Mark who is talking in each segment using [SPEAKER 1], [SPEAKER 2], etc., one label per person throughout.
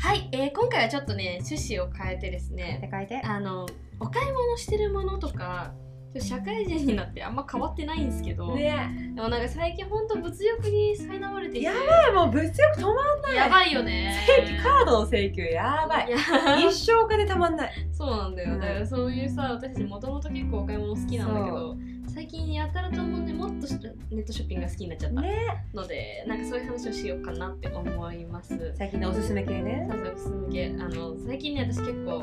[SPEAKER 1] はい、えー今回はちょっとね趣旨を変えてですね
[SPEAKER 2] でかいで
[SPEAKER 1] あのお買い物してるものとかちょっと社会人になってあんま変わってないんですけど、
[SPEAKER 2] ね
[SPEAKER 1] でもなんか最近ほんと物欲に苛まれていて
[SPEAKER 2] やばいもう物欲止まんない
[SPEAKER 1] やばいよね
[SPEAKER 2] 正規カードの請求やばい
[SPEAKER 1] いや
[SPEAKER 2] 一生お金たまんない
[SPEAKER 1] そうなんだよ、
[SPEAKER 2] うん
[SPEAKER 1] だからそういうさ私たちもともと結構お買い物好きなんだけど最近やたらと思うねもっとしネットショッピングが好きになっちゃった
[SPEAKER 2] ね
[SPEAKER 1] ので、なんかそういう話をしようかなって思いますそう
[SPEAKER 2] 最近のおすすめ系ね
[SPEAKER 1] そうおすすめ系あの最近ね私結構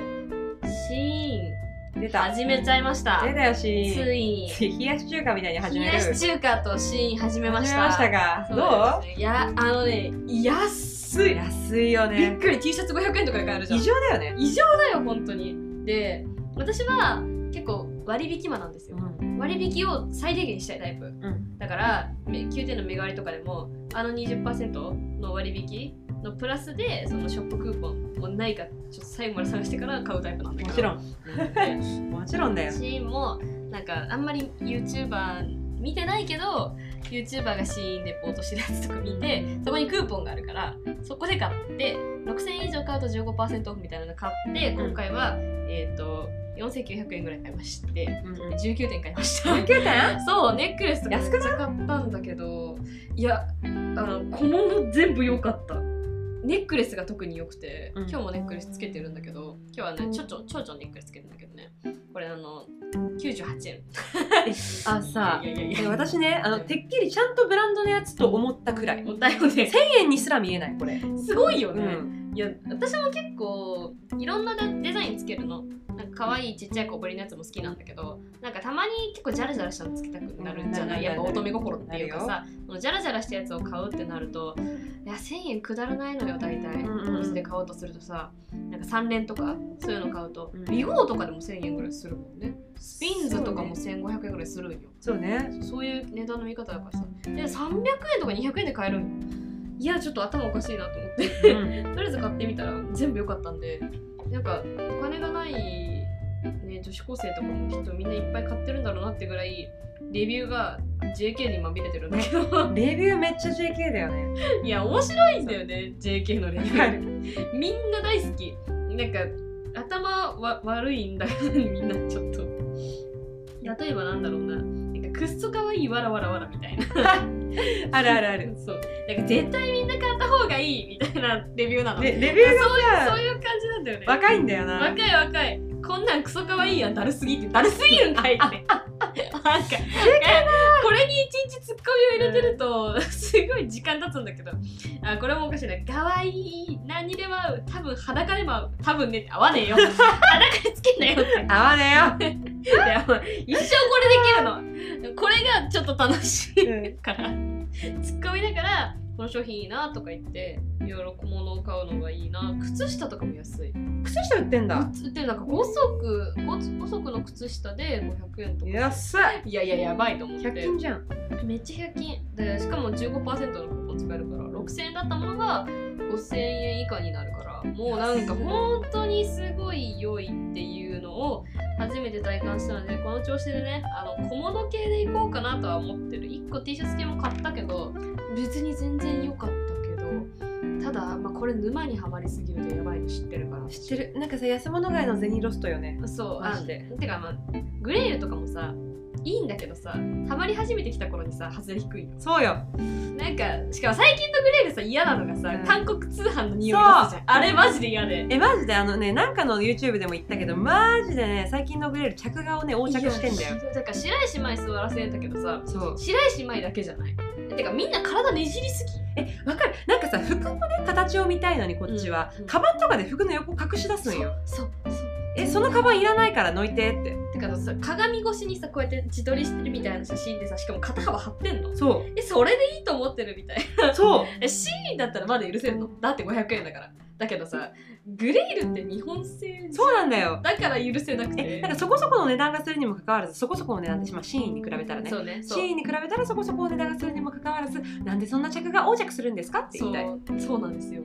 [SPEAKER 1] シー
[SPEAKER 2] 出
[SPEAKER 1] ン
[SPEAKER 2] た
[SPEAKER 1] 始めちゃいました
[SPEAKER 2] 出たよし
[SPEAKER 1] ついに
[SPEAKER 2] 冷やし中華みたいに始
[SPEAKER 1] 冷
[SPEAKER 2] める
[SPEAKER 1] やし中華とシーン始めまし
[SPEAKER 2] 始
[SPEAKER 1] た
[SPEAKER 2] めましたが
[SPEAKER 1] そうな
[SPEAKER 2] ど
[SPEAKER 1] んですねいやあのね安
[SPEAKER 2] う
[SPEAKER 1] い、
[SPEAKER 2] 安いよ
[SPEAKER 1] びっ
[SPEAKER 2] ね
[SPEAKER 1] くり T シャツ500円とかで買えるじゃん
[SPEAKER 2] 異常だよね
[SPEAKER 1] 異常だよ本当にで私は結構割引魔なんですよ
[SPEAKER 2] ん
[SPEAKER 1] 割引を最低限にしたいタイプ
[SPEAKER 2] うん
[SPEAKER 1] だからめ9点の目代わりとかでもあの20%の割引のプラスでそのショップクーポンもうないかちょっと最後まで探してから買うタイプなんだけど
[SPEAKER 2] もち ろん
[SPEAKER 1] で
[SPEAKER 2] もちろんだよ
[SPEAKER 1] シーンもなんかあんまり YouTuber 見てないけど YouTuber がシーンレポートしてるやつとか見てそこにクーポンがあるからそこで買って6000円以上買うと15%オフみたいなの買って今回は、えっ、と4900円ぐらい買いまして
[SPEAKER 2] うんうん
[SPEAKER 1] 19点買いました
[SPEAKER 2] 19点
[SPEAKER 1] そうネックレスとかめっちゃ買ったんだけどいやあの小物全部良かったネックレスが特に良くて、
[SPEAKER 2] うん
[SPEAKER 1] 今日もネックレスつけてるんだけど今日はねちょちょちょちょネックレスつけてるんだけどねこれあの98円
[SPEAKER 2] あさ
[SPEAKER 1] いやいやいや
[SPEAKER 2] え私ねあのてっきりちゃんとブランドのやつと思ったくらい
[SPEAKER 1] もったいよね
[SPEAKER 2] 1000円にすら見えないこれ
[SPEAKER 1] すごいよ
[SPEAKER 2] う
[SPEAKER 1] ね、
[SPEAKER 2] ん
[SPEAKER 1] いや私も結構いろんなデデザインつけるのなんか可愛いちっちゃい小ぶりのやつも好きなんだけどなんかたまに結構ジャラジャラしたのつけたくなるんじゃな
[SPEAKER 2] うん
[SPEAKER 1] いやっぱ
[SPEAKER 2] なる
[SPEAKER 1] 乙
[SPEAKER 2] なる
[SPEAKER 1] 女心っていうかさそのジャラジャラしたやつを買うってなるといや1000円くだらないのよ大体
[SPEAKER 2] うんうん
[SPEAKER 1] お店で買おうとするとさなんか3連とかそういうの買うと
[SPEAKER 2] うん
[SPEAKER 1] ビゴーとかでも1000円ぐらいするもんねスピンズとかも1500円ぐらいするんよ
[SPEAKER 2] そう ね
[SPEAKER 1] そういう値段の見方だからさで300円とか200円で買えるんよいやちょっと頭おかしいなと思って
[SPEAKER 2] うん
[SPEAKER 1] とりあえず買ってみたら全部良かったんでなんかお金がない、ね、女子高生とかもきっとみんないっぱい買ってるんだろうなってぐらいレビューが JK にまみれてるんだけ ど
[SPEAKER 2] レビューめっちゃ JK だよね
[SPEAKER 1] いや面白いんだよね JK のレビューみんな大好きなんか頭わ悪いんだけどみんなちょっと例えばなんだろうななんかくっそかわいいわらわらわらみたいな
[SPEAKER 2] あるあるある
[SPEAKER 1] そうなんか絶対みんな買った方がいいみたいなレビューなの
[SPEAKER 2] でレビューが
[SPEAKER 1] そう
[SPEAKER 2] さ
[SPEAKER 1] いう感じなんだよね
[SPEAKER 2] 若いんだよな
[SPEAKER 1] 若い若いこんなんクソ可愛いやんだるすぎってだるすぎるんかいってなんかこれに一日ツッコミを入れてるとすごい時間経つんだけどあこれもおかしいな可愛い何にでも合う多分裸でも合う多分ねって合わねえよ裸につけんなよって
[SPEAKER 2] 合わね
[SPEAKER 1] いやもう一生これできるのこれがちょっと楽しい
[SPEAKER 2] えよ
[SPEAKER 1] からツッコミながらこの商品いいなとか言っていろいろ小物を買うのがいいな靴下とかも安い
[SPEAKER 2] 靴下売ってんだ
[SPEAKER 1] 靴ってなんか5足5足の靴下で500円とか
[SPEAKER 2] 安い
[SPEAKER 1] いやいややばいと思って
[SPEAKER 2] 100均じゃん
[SPEAKER 1] めっちゃ100均でしかも15%のクーポン使えるから6000円だったものが5000円以下になるからもうなんか本当にすごい良いっていうのを初めて体感したのでこの調子でねあの小物系でいこうかなとは思ってる1個 T シャツ系も買ったけど別に全然良かったけどただ、まあ、これ沼にはまりすぎるとやばいの知ってるから
[SPEAKER 2] 知ってるなんかさ安物買いの銭ロストよね
[SPEAKER 1] そう
[SPEAKER 2] マ
[SPEAKER 1] あ
[SPEAKER 2] ジで
[SPEAKER 1] てかまあグレールとかもさいいんだけどさハマり始めてきた頃にさ外れ低いの
[SPEAKER 2] そうよ
[SPEAKER 1] なんかしかも最近のグレールさ嫌なのがさ、
[SPEAKER 2] うん
[SPEAKER 1] 韓国通販の匂いがするじゃんあれマジで嫌で
[SPEAKER 2] えマジであのねなんかの YouTube でも言ったけどマジでね最近のグレール着顔ね横着してんだよ
[SPEAKER 1] いやだから白石麻衣座らせんだけどさ
[SPEAKER 2] そう
[SPEAKER 1] 白石麻衣だけじゃないてかみんな体ねじりすぎ
[SPEAKER 2] えわかるなんかさ服のね形を見たいのにこっちは、
[SPEAKER 1] うんうん
[SPEAKER 2] カバンとかで服の横隠し出すんよ
[SPEAKER 1] そうそう
[SPEAKER 2] えそのカバンいらないからのいてって
[SPEAKER 1] てかあのさ鏡越しにさこうやって自撮りしてるみたいな写真でさしかも肩幅張ってんの
[SPEAKER 2] そ
[SPEAKER 1] えそれでいいと思ってるみたいな
[SPEAKER 2] うそう
[SPEAKER 1] え C だったらまだ許せるのだって500円だからだけどさグレールって日本製じゃん
[SPEAKER 2] そうなんだよ
[SPEAKER 1] だから許せなくて
[SPEAKER 2] えなんかそこそこの値段がするにもかかわらずそこそこの値段って、まあ、シーンに比べたらね
[SPEAKER 1] そうね
[SPEAKER 2] シ
[SPEAKER 1] そう
[SPEAKER 2] ーンに比べたらそこそこの値段がするにもかかわらずなんでそんな着が横着するんですかって
[SPEAKER 1] そ
[SPEAKER 2] 言いたいう
[SPEAKER 1] そうなんですよ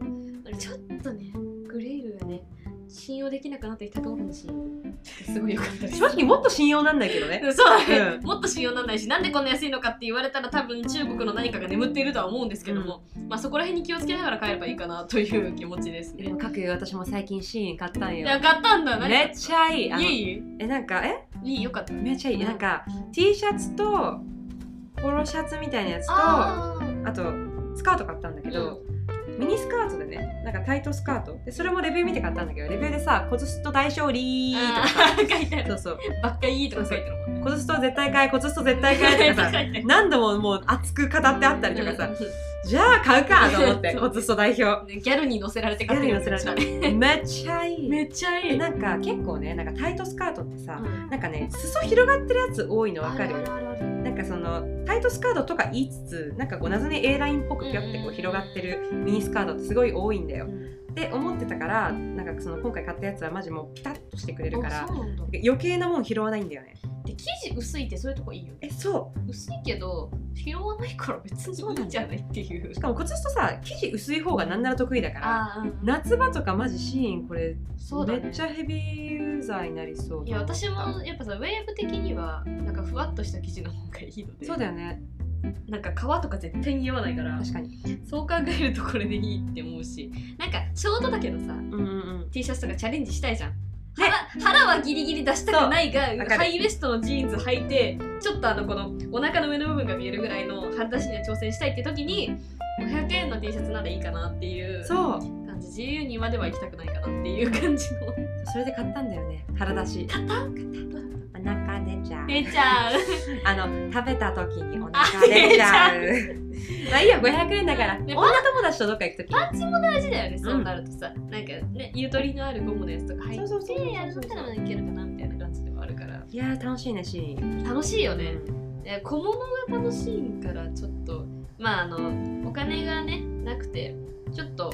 [SPEAKER 1] ちょっとねグレールがね信用できなくなってきたかものシーンすごい良かったです
[SPEAKER 2] 正直もっと信用なんだけ どね
[SPEAKER 1] うんそう、
[SPEAKER 2] うん
[SPEAKER 1] もっと信用なんないしなんでこんな安いのかって言われたら多分中国の何かが眠っているとは思うんですけども、まあそこら辺に気をつけながら帰ればいいかなという気持ちです
[SPEAKER 2] で
[SPEAKER 1] ね
[SPEAKER 2] も。各私も最近シーン買ったん
[SPEAKER 1] い
[SPEAKER 2] よ
[SPEAKER 1] や買ったんだ何
[SPEAKER 2] めっちゃいいあの
[SPEAKER 1] いい
[SPEAKER 2] えなんかえ
[SPEAKER 1] いいよかった
[SPEAKER 2] めっちゃいいなんか T シャツとポロシャツみたいなやつとあ
[SPEAKER 1] あ
[SPEAKER 2] とスカート買ったんだけ
[SPEAKER 1] ー
[SPEAKER 2] ど、ミニスカートでねなんかタイトスカートでそれもレビュー見て買ったんだけどレビューでさ「コズスト大勝利」と
[SPEAKER 1] あ
[SPEAKER 2] か
[SPEAKER 1] ー書いてあ
[SPEAKER 2] そ
[SPEAKER 1] る
[SPEAKER 2] うそう
[SPEAKER 1] ばっかいいとか書いてるもんね
[SPEAKER 2] 「コズスト絶対買いコズスト絶対買い」とかさ
[SPEAKER 1] 書いてある
[SPEAKER 2] 何度ももう熱く語ってあったりとかさじゃあ買うかと思って
[SPEAKER 1] そう
[SPEAKER 2] コズスト代表
[SPEAKER 1] ギャルに乗せられて
[SPEAKER 2] ギャルに乗せられ
[SPEAKER 1] た
[SPEAKER 2] ためっちゃいい
[SPEAKER 1] めっちゃい
[SPEAKER 2] で
[SPEAKER 1] い
[SPEAKER 2] なんか結構ねなんかタイトスカートってさ
[SPEAKER 1] うん
[SPEAKER 2] なんかね裾広がってるやつ多いのわかる
[SPEAKER 1] あああある
[SPEAKER 2] なんかそのタイトスカートとか言いつつなんかこう謎に A ラインっぽくピョってこう広がってるミニスカートってすごい多いんだよ。って思ってたからなんかその今回買ったやつはマジもうピタッとしてくれるから
[SPEAKER 1] あそうなんだ
[SPEAKER 2] 余計なもん拾わないんだよね。
[SPEAKER 1] で生地薄いってそういうとこいいよね
[SPEAKER 2] えそう
[SPEAKER 1] 薄いけど拾わないから別にいいんじゃないっていう
[SPEAKER 2] しかもこっちとさ生地薄い方がなんなら得意だから
[SPEAKER 1] ああうん
[SPEAKER 2] 夏場とかマジシーンこれ
[SPEAKER 1] そうだ
[SPEAKER 2] め
[SPEAKER 1] ね
[SPEAKER 2] っちゃヘビーユーザーになりそう
[SPEAKER 1] いや私もやっぱさウェーブ的にはなんかふわっとした生地の方がいいので
[SPEAKER 2] そうだよね
[SPEAKER 1] なんか皮とか絶対に合わないから
[SPEAKER 2] 確かに
[SPEAKER 1] そう考えるとこれでいいって思うしなんかショートだけどさ
[SPEAKER 2] うんうん
[SPEAKER 1] T シャツとかチャレンジしたいじゃん腹腹はギリギリ出したくないが
[SPEAKER 2] うわかる
[SPEAKER 1] ハイウエストのジーンズ履いてちょっとあのこのお腹の上の部分が見えるぐらいの腹出しには挑戦したいって時に500円の T シャツならいいかなっていう
[SPEAKER 2] そう
[SPEAKER 1] 感じ自由にまでは行きたくないかなっていう感じの
[SPEAKER 2] それで買ったんだよね腹出しお腹出ちゃう
[SPEAKER 1] 出ちゃう
[SPEAKER 2] あの食べた時にお腹出ちゃう まあいいよ500円だから
[SPEAKER 1] ね
[SPEAKER 2] 女友達とどっか行く時
[SPEAKER 1] パンチも大事だよねそうなるとさ、なんかねゆとりのあるゴムのやつとか入って
[SPEAKER 2] そうそうそうそうそう
[SPEAKER 1] やったらいけるかなみたいな感じでもあるから
[SPEAKER 2] いやー楽しいねシーン
[SPEAKER 1] 楽しいよねいや小物が楽しいからちょっとまああのお金がねなくてちょっと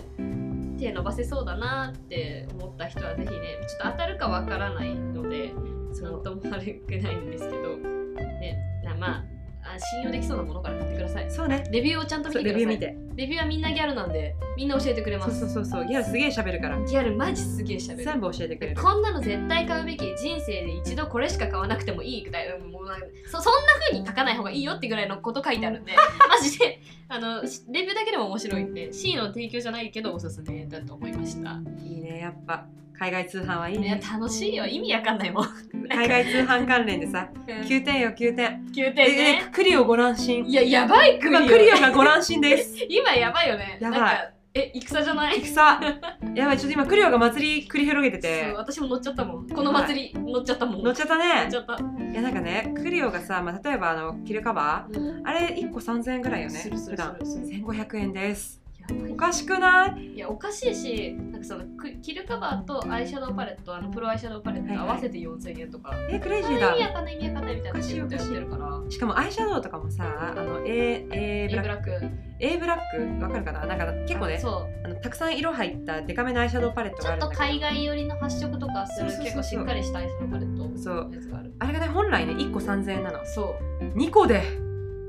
[SPEAKER 1] 手伸ばせそうだなって思った人はぜひねちょっと当たるかわからないので
[SPEAKER 2] そ
[SPEAKER 1] なん
[SPEAKER 2] う
[SPEAKER 1] とも悪くないんですけどねなまああ信用できそうなものから買ってください
[SPEAKER 2] そうね
[SPEAKER 1] レビューをちゃんと見
[SPEAKER 2] そう
[SPEAKER 1] てくだ
[SPEAKER 2] レ
[SPEAKER 1] さい
[SPEAKER 2] ビュー見て
[SPEAKER 1] レビューはみんなギャルなんでみんな教えてくれま
[SPEAKER 2] そう
[SPEAKER 1] す
[SPEAKER 2] そうそうそうギャルすげえ喋るから
[SPEAKER 1] ギャルマジすげえ喋る
[SPEAKER 2] 全部教えてくれる
[SPEAKER 1] こんなの絶対買うべき人生で一度これしか買わなくてもいいぐらいもうなんかそそんな風に書かない方がいいよってぐらいのこと書いてあるん でマジであのしレビューだけでも面白いんで C の提供じゃないけどおすすめだと思いました
[SPEAKER 2] いいねやっぱ海外通販はいい
[SPEAKER 1] いや
[SPEAKER 2] ね
[SPEAKER 1] 楽しいよ意味わかんないもん
[SPEAKER 2] 海外通販関連でさ9点よ9点
[SPEAKER 1] 9点
[SPEAKER 2] え
[SPEAKER 1] ね
[SPEAKER 2] えクリオご乱心
[SPEAKER 1] いややばいクリ
[SPEAKER 2] 今
[SPEAKER 1] オ
[SPEAKER 2] クリオがご乱心です
[SPEAKER 1] 今やばいよね
[SPEAKER 2] やばい
[SPEAKER 1] なんかえ戦じゃない
[SPEAKER 2] 戦やばいちょっと今クリオが祭り繰り広げて
[SPEAKER 1] そう
[SPEAKER 2] て
[SPEAKER 1] 私も乗っちゃったもんこの祭り乗っちゃったもん
[SPEAKER 2] 乗っちゃった
[SPEAKER 1] 乗
[SPEAKER 2] ね
[SPEAKER 1] っちゃった
[SPEAKER 2] いやなんかねクリオがさ、まあ、例えばあの着るカバーあれ1個3000円ぐらいよね
[SPEAKER 1] するす
[SPEAKER 2] 普
[SPEAKER 1] る
[SPEAKER 2] 段
[SPEAKER 1] するする
[SPEAKER 2] 1500円です
[SPEAKER 1] やばい
[SPEAKER 2] おかしくない
[SPEAKER 1] いやおかしいしなんかそのくキルカバーとアイシャドウパレットあのプロアイシャドウパレット合わせて4000円とか、
[SPEAKER 2] えクレイジー
[SPEAKER 1] あ意味
[SPEAKER 2] だ
[SPEAKER 1] わかんない意味わかんないみたいなことやってるから
[SPEAKER 2] しかもアイシャドウとかもさあの A, A ブ
[SPEAKER 1] A ブ
[SPEAKER 2] ラック
[SPEAKER 1] ラック
[SPEAKER 2] A ブラックわかるかななんか結構
[SPEAKER 1] あ
[SPEAKER 2] ね
[SPEAKER 1] そう
[SPEAKER 2] あのたくさん色入ったデカめのアイシャドウパレット
[SPEAKER 1] ち
[SPEAKER 2] が
[SPEAKER 1] ょ
[SPEAKER 2] あ
[SPEAKER 1] っ
[SPEAKER 2] る
[SPEAKER 1] と
[SPEAKER 2] んだけ
[SPEAKER 1] 海
[SPEAKER 2] ど
[SPEAKER 1] 外寄りの発色とかする
[SPEAKER 2] そうそうそうそう
[SPEAKER 1] 結構しっかりしたアイシャドウパレット
[SPEAKER 2] そう
[SPEAKER 1] のやつがある
[SPEAKER 2] あれがね本来ね1個3000円なの
[SPEAKER 1] そう
[SPEAKER 2] 2個で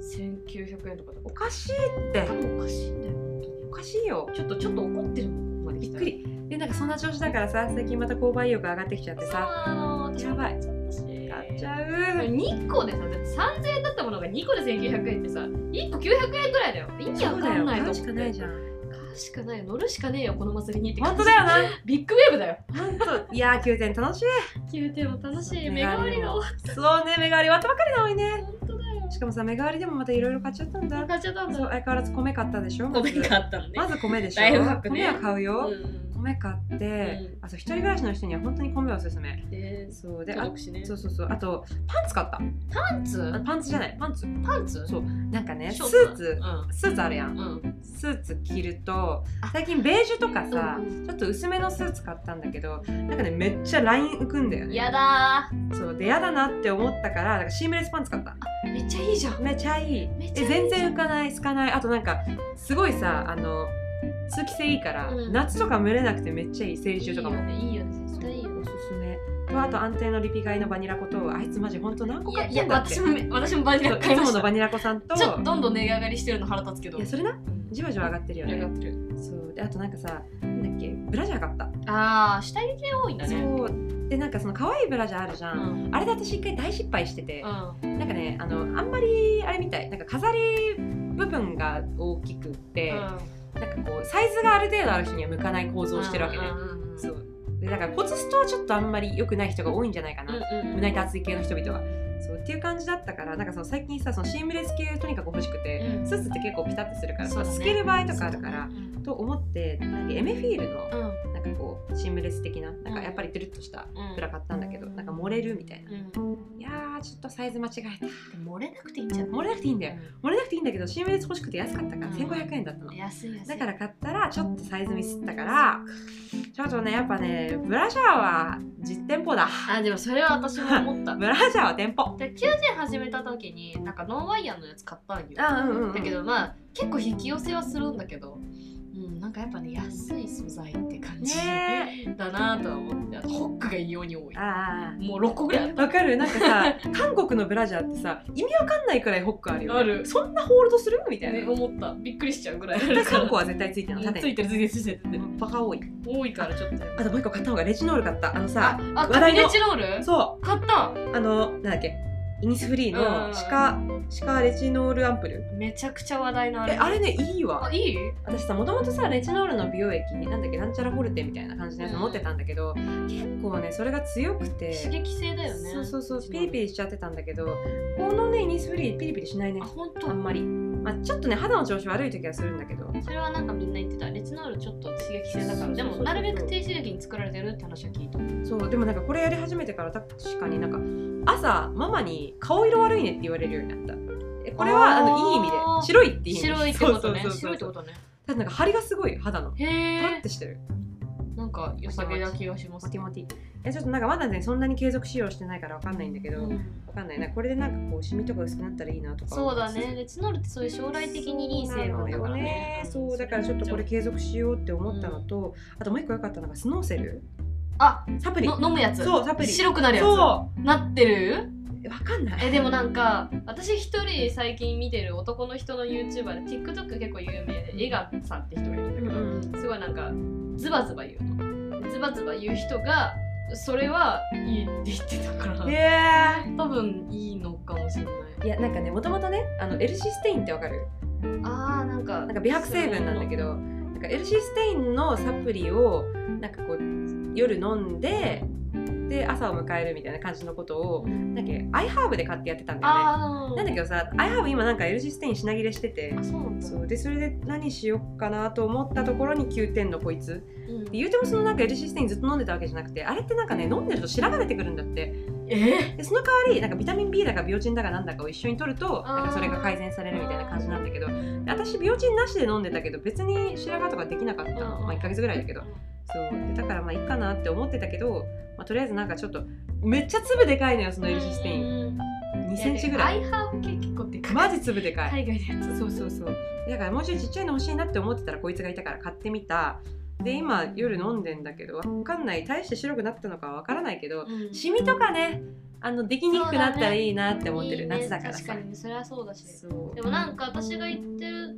[SPEAKER 1] 1900円とかで
[SPEAKER 2] おかしいって
[SPEAKER 1] 多分おかしいんだよ
[SPEAKER 2] おかしいよ
[SPEAKER 1] ちょっとちょっと怒ってるもんここまで来
[SPEAKER 2] びったく
[SPEAKER 1] ら
[SPEAKER 2] りでなんかそんな調子だからさ最近また購買意欲上がってきちゃって
[SPEAKER 1] そう
[SPEAKER 2] さ
[SPEAKER 1] あの私も
[SPEAKER 2] やば
[SPEAKER 1] 買
[SPEAKER 2] い
[SPEAKER 1] っちゃったし
[SPEAKER 2] 買っち
[SPEAKER 1] う
[SPEAKER 2] ゃう
[SPEAKER 1] 2個でさだって3000円だったものが2個で1900円ってさ1個900円ぐらいだよ意味わかんないと思って
[SPEAKER 2] そうだよ買うしかないじゃん
[SPEAKER 1] 買うしかないよ乗るしかねえよこの祭りにって
[SPEAKER 2] 本
[SPEAKER 1] 感
[SPEAKER 2] 当
[SPEAKER 1] じ
[SPEAKER 2] だよな
[SPEAKER 1] ビッグウェーブだよ
[SPEAKER 2] 本当いやー9点楽しい
[SPEAKER 1] 宮廷も楽しい目代わりが多い
[SPEAKER 2] そうね目がわり終わったばかりなのにね
[SPEAKER 1] 本当だよ
[SPEAKER 2] しかもさ目がわりでもまたいろいろ買っちゃったんだ
[SPEAKER 1] 買っちゃったん
[SPEAKER 2] そう相
[SPEAKER 1] だ
[SPEAKER 2] 変わらず米買ったでしょま
[SPEAKER 1] ご
[SPEAKER 2] ず
[SPEAKER 1] めんがあったのね
[SPEAKER 2] まず米でしょ、
[SPEAKER 1] 大学ね
[SPEAKER 2] 米は買うよ、
[SPEAKER 1] うん
[SPEAKER 2] 米買って、
[SPEAKER 1] うん
[SPEAKER 2] あと一人暮らしの人には本当に米おすすめ
[SPEAKER 1] で
[SPEAKER 2] そうであ
[SPEAKER 1] 届くしね
[SPEAKER 2] そうそうそうあとパンツ買った
[SPEAKER 1] パンツ
[SPEAKER 2] あパンツじゃないパンツ
[SPEAKER 1] パンツ
[SPEAKER 2] そうなんかね
[SPEAKER 1] シ
[SPEAKER 2] ス
[SPEAKER 1] ョー
[SPEAKER 2] ーツ
[SPEAKER 1] うん
[SPEAKER 2] スーツあるやん
[SPEAKER 1] うん
[SPEAKER 2] スーツ着ると
[SPEAKER 1] あ
[SPEAKER 2] 最近ベージュとかさ、
[SPEAKER 1] う
[SPEAKER 2] ちょっと薄めのスーツ買ったんだけどなんかねめっちゃライン浮くんだよね
[SPEAKER 1] やだ
[SPEAKER 2] そうでやだなって思ったからなんかシームレスパンツ買った
[SPEAKER 1] ーめっちゃいいじゃん
[SPEAKER 2] めっちゃいい
[SPEAKER 1] めっちゃいいじゃ
[SPEAKER 2] え
[SPEAKER 1] ん
[SPEAKER 2] 全然浮かない透かないあとなんかすごいさあの通気性いいから、
[SPEAKER 1] うん
[SPEAKER 2] 夏とか蒸れなくてめっちゃいい整理中とかも
[SPEAKER 1] いいよねいいよね絶対いいよね
[SPEAKER 2] おすすめとあと安定のリピ買いのバニラ粉とあいつマジほんと何個
[SPEAKER 1] い
[SPEAKER 2] 買
[SPEAKER 1] や
[SPEAKER 2] っ
[SPEAKER 1] い
[SPEAKER 2] て
[SPEAKER 1] や
[SPEAKER 2] んだって
[SPEAKER 1] 私もめ私もバニラ買い
[SPEAKER 2] い
[SPEAKER 1] ま
[SPEAKER 2] つも
[SPEAKER 1] し
[SPEAKER 2] の
[SPEAKER 1] た
[SPEAKER 2] バニラ粉さんと
[SPEAKER 1] ちょっとどんどん値上がりしてるの腹立つけど
[SPEAKER 2] いやそれなじわじわ上がってるよ
[SPEAKER 1] 上が
[SPEAKER 2] ね
[SPEAKER 1] ってる
[SPEAKER 2] そうであとなんかさなんだっけブラジャー買った、
[SPEAKER 1] ああ下着系多いんだね
[SPEAKER 2] そうでなんかその可愛いブラジャーあるじゃ、
[SPEAKER 1] うんん
[SPEAKER 2] あれで私一回大失敗してて
[SPEAKER 1] う、ん
[SPEAKER 2] なんかねあのあんまりあれみたいなんか飾り部分が大きくって、なんかこうサイズがある程度ある人には向かない構造をしてるわけね、
[SPEAKER 1] うんうんうん
[SPEAKER 2] そうでだからポツストはちょっとあんまり良くない人が多いんじゃないかな、
[SPEAKER 1] うんうん
[SPEAKER 2] 胸板厚い系の人々はそうっていう感じだったからなんかその最近さそのシームレス系とにかく欲しくて、
[SPEAKER 1] うん
[SPEAKER 2] スーツって結構ピタッとするから
[SPEAKER 1] そうだね
[SPEAKER 2] 透ける場合とかあるか
[SPEAKER 1] う
[SPEAKER 2] ら、
[SPEAKER 1] ん
[SPEAKER 2] と思ってなんかエメフィールの
[SPEAKER 1] うん
[SPEAKER 2] なんかこうシームレス的ななんかやっぱりドゥルッとした
[SPEAKER 1] うん
[SPEAKER 2] ブラ買ったんだけどなんか漏れるみたいな
[SPEAKER 1] うん
[SPEAKER 2] いやーちょっとサイズ間違えた
[SPEAKER 1] でも漏れなくていいんじゃない
[SPEAKER 2] 漏れなくていいんだよ漏れなくていいんだけどシームレス欲しくて安かったから
[SPEAKER 1] うん
[SPEAKER 2] 1500円だったの
[SPEAKER 1] 安い安い
[SPEAKER 2] だから買ったらちょっとサイズミスったからちょっとねやっぱねブラジャーは実店舗だ
[SPEAKER 1] あでもそれは私も思った
[SPEAKER 2] ブラジャーは店舗
[SPEAKER 1] で9時始めた時になんかノンワイヤーのやつ買ったんよだ
[SPEAKER 2] あうんうん、うん、
[SPEAKER 1] けどまあ結構引き寄せはするんだけどうんなんかやっぱね安い素材って感じ
[SPEAKER 2] ね
[SPEAKER 1] だなとは思ってあとホックが異様に多い
[SPEAKER 2] あ
[SPEAKER 1] もう6個ぐらいあっ
[SPEAKER 2] あわかるなんかさ韓国のブラジャーってさ意味わかんないくらいホックあるよね
[SPEAKER 1] ある
[SPEAKER 2] そんなホールドするみた
[SPEAKER 1] た
[SPEAKER 2] いな、
[SPEAKER 1] ね思ったびっくりしちゃう ぐらいあ
[SPEAKER 2] 絶対
[SPEAKER 1] るか
[SPEAKER 2] 3
[SPEAKER 1] ら
[SPEAKER 2] 個は絶対ついてるの
[SPEAKER 1] うん
[SPEAKER 2] 縦
[SPEAKER 1] つい
[SPEAKER 2] に
[SPEAKER 1] てるついてるついてるついてる
[SPEAKER 2] バカ多い
[SPEAKER 1] 多いからちょっと
[SPEAKER 2] あともう一個買った方がレジノール買ったあのさ
[SPEAKER 1] あ
[SPEAKER 2] 話
[SPEAKER 1] カ
[SPEAKER 2] 題
[SPEAKER 1] ビ
[SPEAKER 2] の
[SPEAKER 1] ネチロール
[SPEAKER 2] そ
[SPEAKER 1] 買った
[SPEAKER 2] うあのなんだっけイニスフリー
[SPEAKER 1] う
[SPEAKER 2] の
[SPEAKER 1] ん
[SPEAKER 2] シカシカレチノールアンプル
[SPEAKER 1] めちゃくちゃ話題のあ
[SPEAKER 2] え
[SPEAKER 1] れ
[SPEAKER 2] あれねいいわ
[SPEAKER 1] あいい
[SPEAKER 2] 私さもともとさレチノールの美容液なんだっけなんちゃらフォルテみたいな感じのやつ持ってたんだけど、結構ねそれが強くて
[SPEAKER 1] 刺激性だよね
[SPEAKER 2] そうそうそうピリピ
[SPEAKER 1] リ
[SPEAKER 2] リしちゃってたんだけどこのねイニスフリーピリピリしないね
[SPEAKER 1] あ本
[SPEAKER 2] あん
[SPEAKER 1] 当
[SPEAKER 2] まり、まあ、ちょっとね肌の調子悪い時はするんだけど
[SPEAKER 1] それはなんかみんな言ってたレチノールちょっと刺激性だか
[SPEAKER 2] そ
[SPEAKER 1] ら
[SPEAKER 2] うそうそうそう
[SPEAKER 1] でもなるべく低刺激に作られてるって話は聞いた
[SPEAKER 2] そうでもなんかこれやり始めてから確かになんか朝ママに顔色悪いねって言われるようになったえこれは
[SPEAKER 1] あ
[SPEAKER 2] あ
[SPEAKER 1] ー
[SPEAKER 2] のいい意味で白いっていい意味
[SPEAKER 1] 白いってことね
[SPEAKER 2] そうそ
[SPEAKER 1] 白い
[SPEAKER 2] うそうそう
[SPEAKER 1] ってことね
[SPEAKER 2] ただなんか張りがすごい肌の
[SPEAKER 1] へ
[SPEAKER 2] パラッ
[SPEAKER 1] え
[SPEAKER 2] てしてる
[SPEAKER 1] なんか良さげな気がしま
[SPEAKER 2] モ
[SPEAKER 1] す
[SPEAKER 2] テモテいやちょっとなんかまだねそんなに継続使用してないからわかんないんだけど、
[SPEAKER 1] うん
[SPEAKER 2] わかんないなこれでなんかこうシミとか薄くなったらいいなとか
[SPEAKER 1] そうだねレチノールってそういう将来的にいい成分だからねん
[SPEAKER 2] そうだからちょっとこれ継続しようって思ったのと、あともう一個良かったのがスノーセル
[SPEAKER 1] あ
[SPEAKER 2] サプリ
[SPEAKER 1] の飲むやつ
[SPEAKER 2] そうサプリ
[SPEAKER 1] 白くなるや
[SPEAKER 2] そ
[SPEAKER 1] つなってる
[SPEAKER 2] うわかんない
[SPEAKER 1] えでもなんか私一人最近見てる男の人の YouTuber で TikTok 結構有名でエガさんって人がいるんだけど、
[SPEAKER 2] うん
[SPEAKER 1] すごいなんかズバズバ言うのズバズバ言う人がそれはいいって言ってたから、
[SPEAKER 2] へえ
[SPEAKER 1] 多分いいのかもしれない
[SPEAKER 2] いやなんかねもともとねあのエルシステインってわかる
[SPEAKER 1] あーなんか
[SPEAKER 2] なんか美白成分なんだけ
[SPEAKER 1] ど
[SPEAKER 2] どなんかエルシステインのサプリをなんかこう夜飲んでで朝を迎えるみたいな感じのことをなんかアイハーブで買ってやってたんだよね
[SPEAKER 1] あー
[SPEAKER 2] なんだ
[SPEAKER 1] け
[SPEAKER 2] けどさアイハーブ今なんかエルシステイン品切れしてて
[SPEAKER 1] あそうなんだ
[SPEAKER 2] そうでそれで何しよっかなと思ったところに9点のこいつ
[SPEAKER 1] うん
[SPEAKER 2] で言うてもそのなんかエルシステインずっと飲んでたわけじゃなくてあれってなんかね飲んでると白が出てくるんだって
[SPEAKER 1] え
[SPEAKER 2] でその代わりなんかビタミン B だかビオチンだかなんだかを一緒に取る
[SPEAKER 1] あ
[SPEAKER 2] と
[SPEAKER 1] ー
[SPEAKER 2] なんかそれが改善されるみたいな感じなんだけどで私ビオチンなしで飲んでたけど別に白髪とかできなかったの、まあ、1ヶ月ぐらいだけどそうでだからまあいいかなって思ってたけど、まあ、とりあえずなんかちょっとめっちゃ粒でかいのよそのエルシステイ
[SPEAKER 1] ン
[SPEAKER 2] ン2センチぐら
[SPEAKER 1] ア
[SPEAKER 2] い
[SPEAKER 1] イハーブ系結構でかい
[SPEAKER 2] マジ粒でかい
[SPEAKER 1] 海外でやつ
[SPEAKER 2] そうそうそうだからもうちょいちっちゃいの欲しいなって思ってたらこいつがいたから買ってみたで今夜飲んでんだけどわかんない大して白くなったのかはわからないけど
[SPEAKER 1] うん
[SPEAKER 2] シミとかねあのできにくくなったらいいなって思ってる、
[SPEAKER 1] いいね
[SPEAKER 2] 夏だから
[SPEAKER 1] 確
[SPEAKER 2] さ
[SPEAKER 1] かにねそれはそうだし
[SPEAKER 2] そう
[SPEAKER 1] でもなんか私が言ってる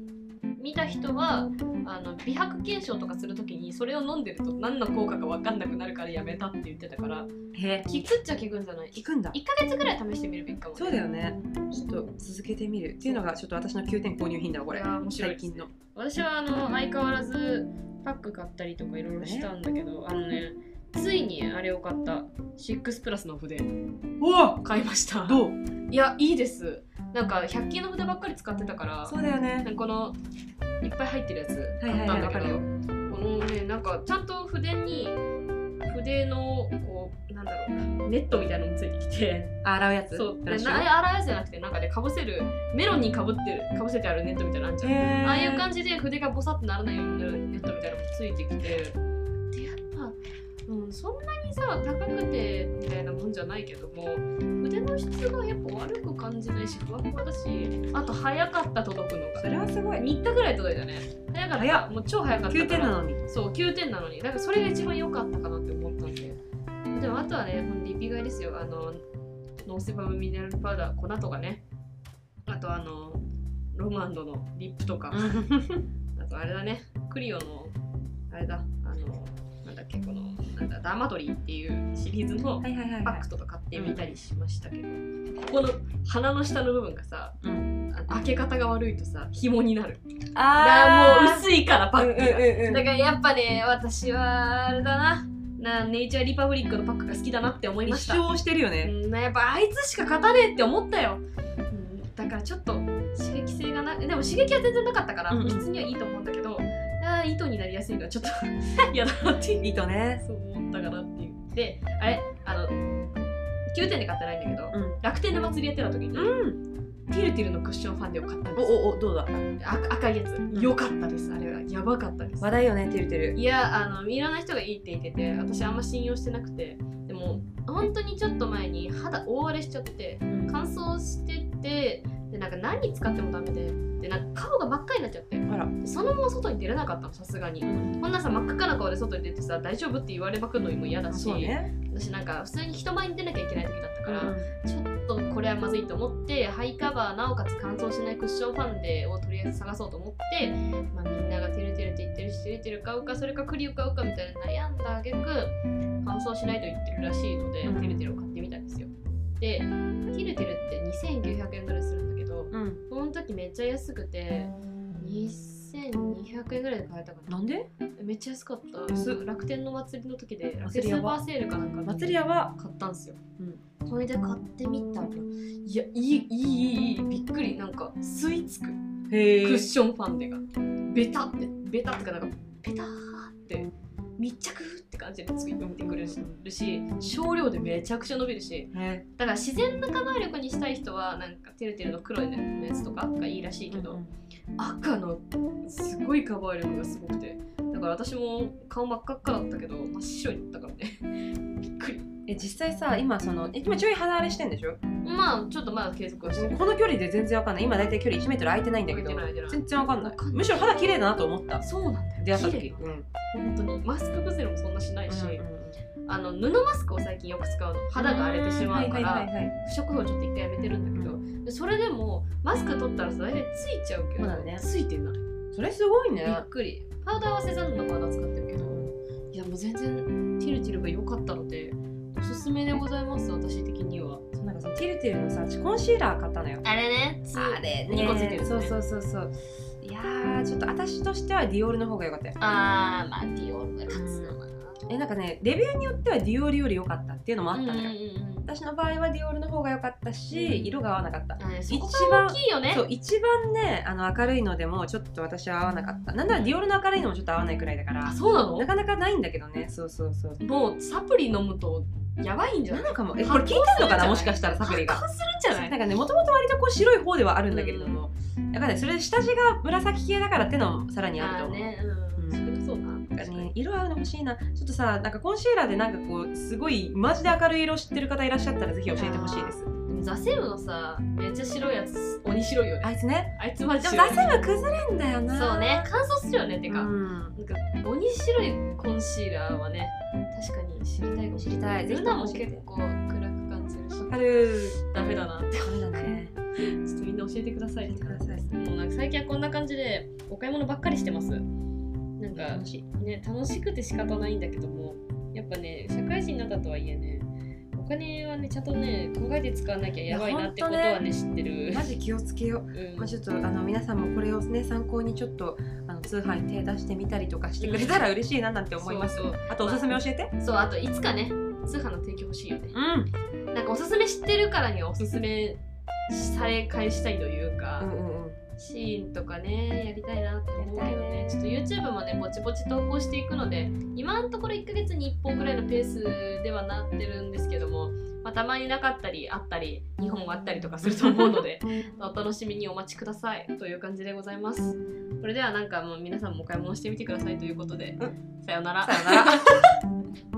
[SPEAKER 1] 見た人はあの美白検証とかするときにそれを飲んでると何の効果か分かんなくなるからやめたって言ってたから
[SPEAKER 2] へ
[SPEAKER 1] 効くっちゃ効くんじゃない
[SPEAKER 2] 聞くんだ
[SPEAKER 1] 1ヶ月ぐらい試してみればいいかも、
[SPEAKER 2] そうだよねちょっと続けてみるっていうのがちょっと私の9点購入品だわこれ
[SPEAKER 1] いやー面白い
[SPEAKER 2] 最
[SPEAKER 1] ですね
[SPEAKER 2] 近の
[SPEAKER 1] 私はあの相変わらずパック買ったりとかいろいろしたんだけどあのねついにあれを買った6プラスの筆
[SPEAKER 2] おお
[SPEAKER 1] 買いました
[SPEAKER 2] どう
[SPEAKER 1] いやいいですなんか100均の筆ばっかり使ってたから
[SPEAKER 2] そうだよね
[SPEAKER 1] このいっぱい入ってるやつ
[SPEAKER 2] は
[SPEAKER 1] 買
[SPEAKER 2] い
[SPEAKER 1] っ
[SPEAKER 2] はい
[SPEAKER 1] た
[SPEAKER 2] はい
[SPEAKER 1] んだ
[SPEAKER 2] わ
[SPEAKER 1] け
[SPEAKER 2] か
[SPEAKER 1] ど、
[SPEAKER 2] るよ
[SPEAKER 1] このねなんかちゃんと筆に筆のこうなんだろうネットみたいなのもついてきて
[SPEAKER 2] あ洗うやつ
[SPEAKER 1] そう
[SPEAKER 2] ブラシ
[SPEAKER 1] なあれ洗うやつじゃなくてなんかねかぶせるメロンにかぶってるかぶせてあるネットみたいなのあんじゃん
[SPEAKER 2] へー
[SPEAKER 1] ああいう感じで筆がボサッとならないようになるネットみたいなのもついてきてでやっぱ、うん、そんなにさ高くてみたいなもんじゃないけども筆の質がやっぱ悪く感じないしふわふわだしあと早かった届くのが
[SPEAKER 2] それはすごい
[SPEAKER 1] 3日ぐらい届いたね早かっ
[SPEAKER 2] 早
[SPEAKER 1] たもう超早かった
[SPEAKER 2] 9
[SPEAKER 1] か
[SPEAKER 2] 点
[SPEAKER 1] ら
[SPEAKER 2] なのに
[SPEAKER 1] そう9点なのにだからそれが一番良かったかなって思ったんででもあとはねほんとリピ買いですよあのノーセバムミネラルパウダー粉とかねあとあのロマンドのリップとかクリオのあれだあのなんだっけこのなんだダーマトリーっていうシリーズの
[SPEAKER 2] はいはいはい
[SPEAKER 1] パ
[SPEAKER 2] は
[SPEAKER 1] ッ
[SPEAKER 2] い
[SPEAKER 1] クとか買ってみたりしましたけど、ここの鼻の下の部分がさ
[SPEAKER 2] うん
[SPEAKER 1] あ開け方が悪いとさ紐になるだ
[SPEAKER 2] あ
[SPEAKER 1] か
[SPEAKER 2] ー
[SPEAKER 1] らもう薄いからパックが、
[SPEAKER 2] うんうんうん
[SPEAKER 1] だからやっぱね私はあれだななネイチャーリパブリックのパックが好きだなって思いま
[SPEAKER 2] 一
[SPEAKER 1] した
[SPEAKER 2] 生押してるよね、
[SPEAKER 1] うん、やっぱあいつしか勝たねえって思ったよ、うん、だからちょっと刺激性がなでも刺激は全然なかったから
[SPEAKER 2] うんうん
[SPEAKER 1] 普通にはいいと思うんだけど、あー糸になりやすいのはちょっと 嫌だなっていう
[SPEAKER 2] 糸ね
[SPEAKER 1] そう思ったかなっていうであれあの9点で買ってないんだけど、
[SPEAKER 2] うん
[SPEAKER 1] 楽天の祭りやってた時に、
[SPEAKER 2] うん
[SPEAKER 1] ティルティルのクッションファンデを買ったん
[SPEAKER 2] お
[SPEAKER 1] です
[SPEAKER 2] おおどうだった
[SPEAKER 1] 赤赤いやつ
[SPEAKER 2] ん
[SPEAKER 1] 良かったですあれはやばかったです
[SPEAKER 2] 話題よねてるてる
[SPEAKER 1] いやあのいろんな人がいいって言ってて私あんま信用してなくてでも本当にちょっと前に肌大荒れしちゃって乾燥しててでなんか何使ってもダメででなんか顔が真っ赤になっちゃって
[SPEAKER 2] あら
[SPEAKER 1] そのまま外に出れなかったのさすがにこんなさ真っ赤な顔で外に出てさ大丈夫って言われまくるのも嫌だし、
[SPEAKER 2] そうね
[SPEAKER 1] 私なんか普通に人前に出なきゃいけない時だったから、ちょっとこれはまずいと思ってハイカバーなおかつ乾燥しないクッションファンデをとりあえず探そうと思って、まあ、みんながてるてるって言ってるしテルテル買うかそれかクリを買うかみたいな悩んだ挙句乾燥しないと言ってるらしいので、
[SPEAKER 2] うん
[SPEAKER 1] てるてるを買ってみたんですよでてるてるって2900円ぐらいするんだけど
[SPEAKER 2] うん
[SPEAKER 1] その時めっちゃ安くて2200円ぐらいで買えたか
[SPEAKER 2] な
[SPEAKER 1] なん
[SPEAKER 2] で
[SPEAKER 1] めっちゃ安かった
[SPEAKER 2] 安っ
[SPEAKER 1] 楽天の祭りの時で楽天ス
[SPEAKER 2] 祭りや
[SPEAKER 1] ーパ
[SPEAKER 2] ば
[SPEAKER 1] ーセールかなんかで
[SPEAKER 2] 祭り屋は
[SPEAKER 1] 買ったんですよ、
[SPEAKER 2] う
[SPEAKER 1] これで買ってみたらいやいいいいいいいいびっくりなんか吸い付く
[SPEAKER 2] へ
[SPEAKER 1] ク
[SPEAKER 2] え
[SPEAKER 1] ッションファンデがベタってベタってかなんかペターって密着って感じでついてくれるしるし少量でめちゃくちゃ伸びるし
[SPEAKER 2] へ
[SPEAKER 1] だから自然なカバー力にしたい人はなんかてるてるの黒いのやつとかがいいらしいけど、赤のすごいカバー力がすごくてだから私も顔真っ赤っかだったけど真っ白になったからね びっくり
[SPEAKER 2] え実際さ今そのえ今ちょい肌荒れしてんでしょ
[SPEAKER 1] まあちょっとまだ継続はしてる
[SPEAKER 2] この距離で全然わかんない今大体距離 1m 空いてないんだけど
[SPEAKER 1] 空いてない空いてない
[SPEAKER 2] 全然わかんな
[SPEAKER 1] わ
[SPEAKER 2] い
[SPEAKER 1] かんない
[SPEAKER 2] むしろ肌綺麗だなと思った
[SPEAKER 1] そうなんだよ
[SPEAKER 2] 出会った
[SPEAKER 1] 綺麗
[SPEAKER 2] 時
[SPEAKER 1] よ
[SPEAKER 2] うん
[SPEAKER 1] 本当にマスク崩れもそんなしないし、
[SPEAKER 2] うん
[SPEAKER 1] あの布マスクを最近よく使うの肌が荒れてしまうから、
[SPEAKER 2] はいはいはいはい
[SPEAKER 1] 不織布をちょっと一回やめてるんだけど、
[SPEAKER 2] う
[SPEAKER 1] でそれでもマスク取ったらさ大体ついちゃうけど
[SPEAKER 2] そうだね
[SPEAKER 1] ついてない
[SPEAKER 2] それすごい
[SPEAKER 1] び
[SPEAKER 2] ね
[SPEAKER 1] っくりパウダーはセザンヌのパウダー使ってるけどいやもう全然ティルティルが良かったのでおすすめでございます私的には
[SPEAKER 2] そうなんかそのティルティルのさ私コンシーラー買ったのよ
[SPEAKER 1] あれねつ
[SPEAKER 2] れ
[SPEAKER 1] 二個ついてるやつ
[SPEAKER 2] そ
[SPEAKER 1] ね
[SPEAKER 2] うそうそうそういやーちょっと私としてはディオールの方が良かったよ
[SPEAKER 1] あーまあディオールが勝つのかな
[SPEAKER 2] えなんかねレビューによってはディオールより良かったっていうのもあったのよ、
[SPEAKER 1] うんうんうん
[SPEAKER 2] 私の場合はディオールの方が良かったし、
[SPEAKER 1] うん
[SPEAKER 2] 色が合わなかった
[SPEAKER 1] あーそこ
[SPEAKER 2] 一
[SPEAKER 1] が
[SPEAKER 2] 番
[SPEAKER 1] 大きいよね
[SPEAKER 2] そう一番ねあの明るいのでもちょっと私は合わなかったなんならディオールの明るいのもちょっと合わないくらいだから
[SPEAKER 1] あそうなの
[SPEAKER 2] なかなかないんだけどねそうそうそう
[SPEAKER 1] もうサプリ飲むとやばいんじゃ
[SPEAKER 2] な
[SPEAKER 1] ない
[SPEAKER 2] のかもえこれ聞いてんのかなもしかしたらサプリが
[SPEAKER 1] 発汗するんじゃない
[SPEAKER 2] なんかねもともと割とこう白い方ではあるんだけれども、だからねそれ下地が紫系だからってのもさらにあると
[SPEAKER 1] あー
[SPEAKER 2] 思う、
[SPEAKER 1] ねうん、それもそうな
[SPEAKER 2] なん
[SPEAKER 1] 確
[SPEAKER 2] か
[SPEAKER 1] か
[SPEAKER 2] ね
[SPEAKER 1] に、
[SPEAKER 2] 色合うの欲しいなちょっとさなんかコンシーラーでなんかこうすごいマジで明るい色知ってる方いらっしゃったらぜひ教えてほしいです
[SPEAKER 1] でもザセームのさめっちゃ白いやつ鬼白いよね
[SPEAKER 2] あいつね
[SPEAKER 1] あいつマジ
[SPEAKER 2] でも
[SPEAKER 1] 白
[SPEAKER 2] ダ
[SPEAKER 1] い
[SPEAKER 2] セーブ崩れんだよな
[SPEAKER 1] そうね乾燥するよねて
[SPEAKER 2] て
[SPEAKER 1] か、
[SPEAKER 2] うん、
[SPEAKER 1] なんか鬼白いコンシーラーはね確かに知りたいかもしれな
[SPEAKER 2] 知りたいぜ
[SPEAKER 1] ル
[SPEAKER 2] ひ
[SPEAKER 1] ナも
[SPEAKER 2] 教えて
[SPEAKER 1] 結構暗く感じるし
[SPEAKER 2] わかる
[SPEAKER 1] ダメだなって
[SPEAKER 2] ダメだね
[SPEAKER 1] ちょっとみんな教えてください
[SPEAKER 2] 教えてください
[SPEAKER 1] もうなんか最近はこんな感じでお買い物ばっかりしてますなんか
[SPEAKER 2] 楽しい
[SPEAKER 1] ね楽しくて仕方ないんだけどもやっぱね社会人になったとはいえねお金はねちゃんとね考えて使わなきゃやばいなってことはね知ってる、
[SPEAKER 2] マジ気をつけよう
[SPEAKER 1] うん
[SPEAKER 2] まあ、ちょっとあの皆さんもこれをね参考にちょっとあの通販に手出してみたりとかしてくれたら嬉しいななんて思います、
[SPEAKER 1] そうそう
[SPEAKER 2] あとおすすめ教えて
[SPEAKER 1] そうあといつかね通販の提供欲しいよね
[SPEAKER 2] うん
[SPEAKER 1] なんかおすすめ知ってるからにはおすすめされ返したいというか、
[SPEAKER 2] うんうんうん
[SPEAKER 1] シーンとかねやりたいなって思うけど
[SPEAKER 2] やりたい
[SPEAKER 1] ね
[SPEAKER 2] ね
[SPEAKER 1] ちょっと YouTube もねぼちぼち投稿していくので今のところ1ヶ月に1本ぐらいのペースではなってるんですけども、まあ、たまになかったりあったり2本あったりとかすると思うの でお楽しみにお待ちくださいという感じでございますそれではなんかもう皆さんもお買い物してみてくださいということで、
[SPEAKER 2] うん
[SPEAKER 1] さようなら
[SPEAKER 2] さよなら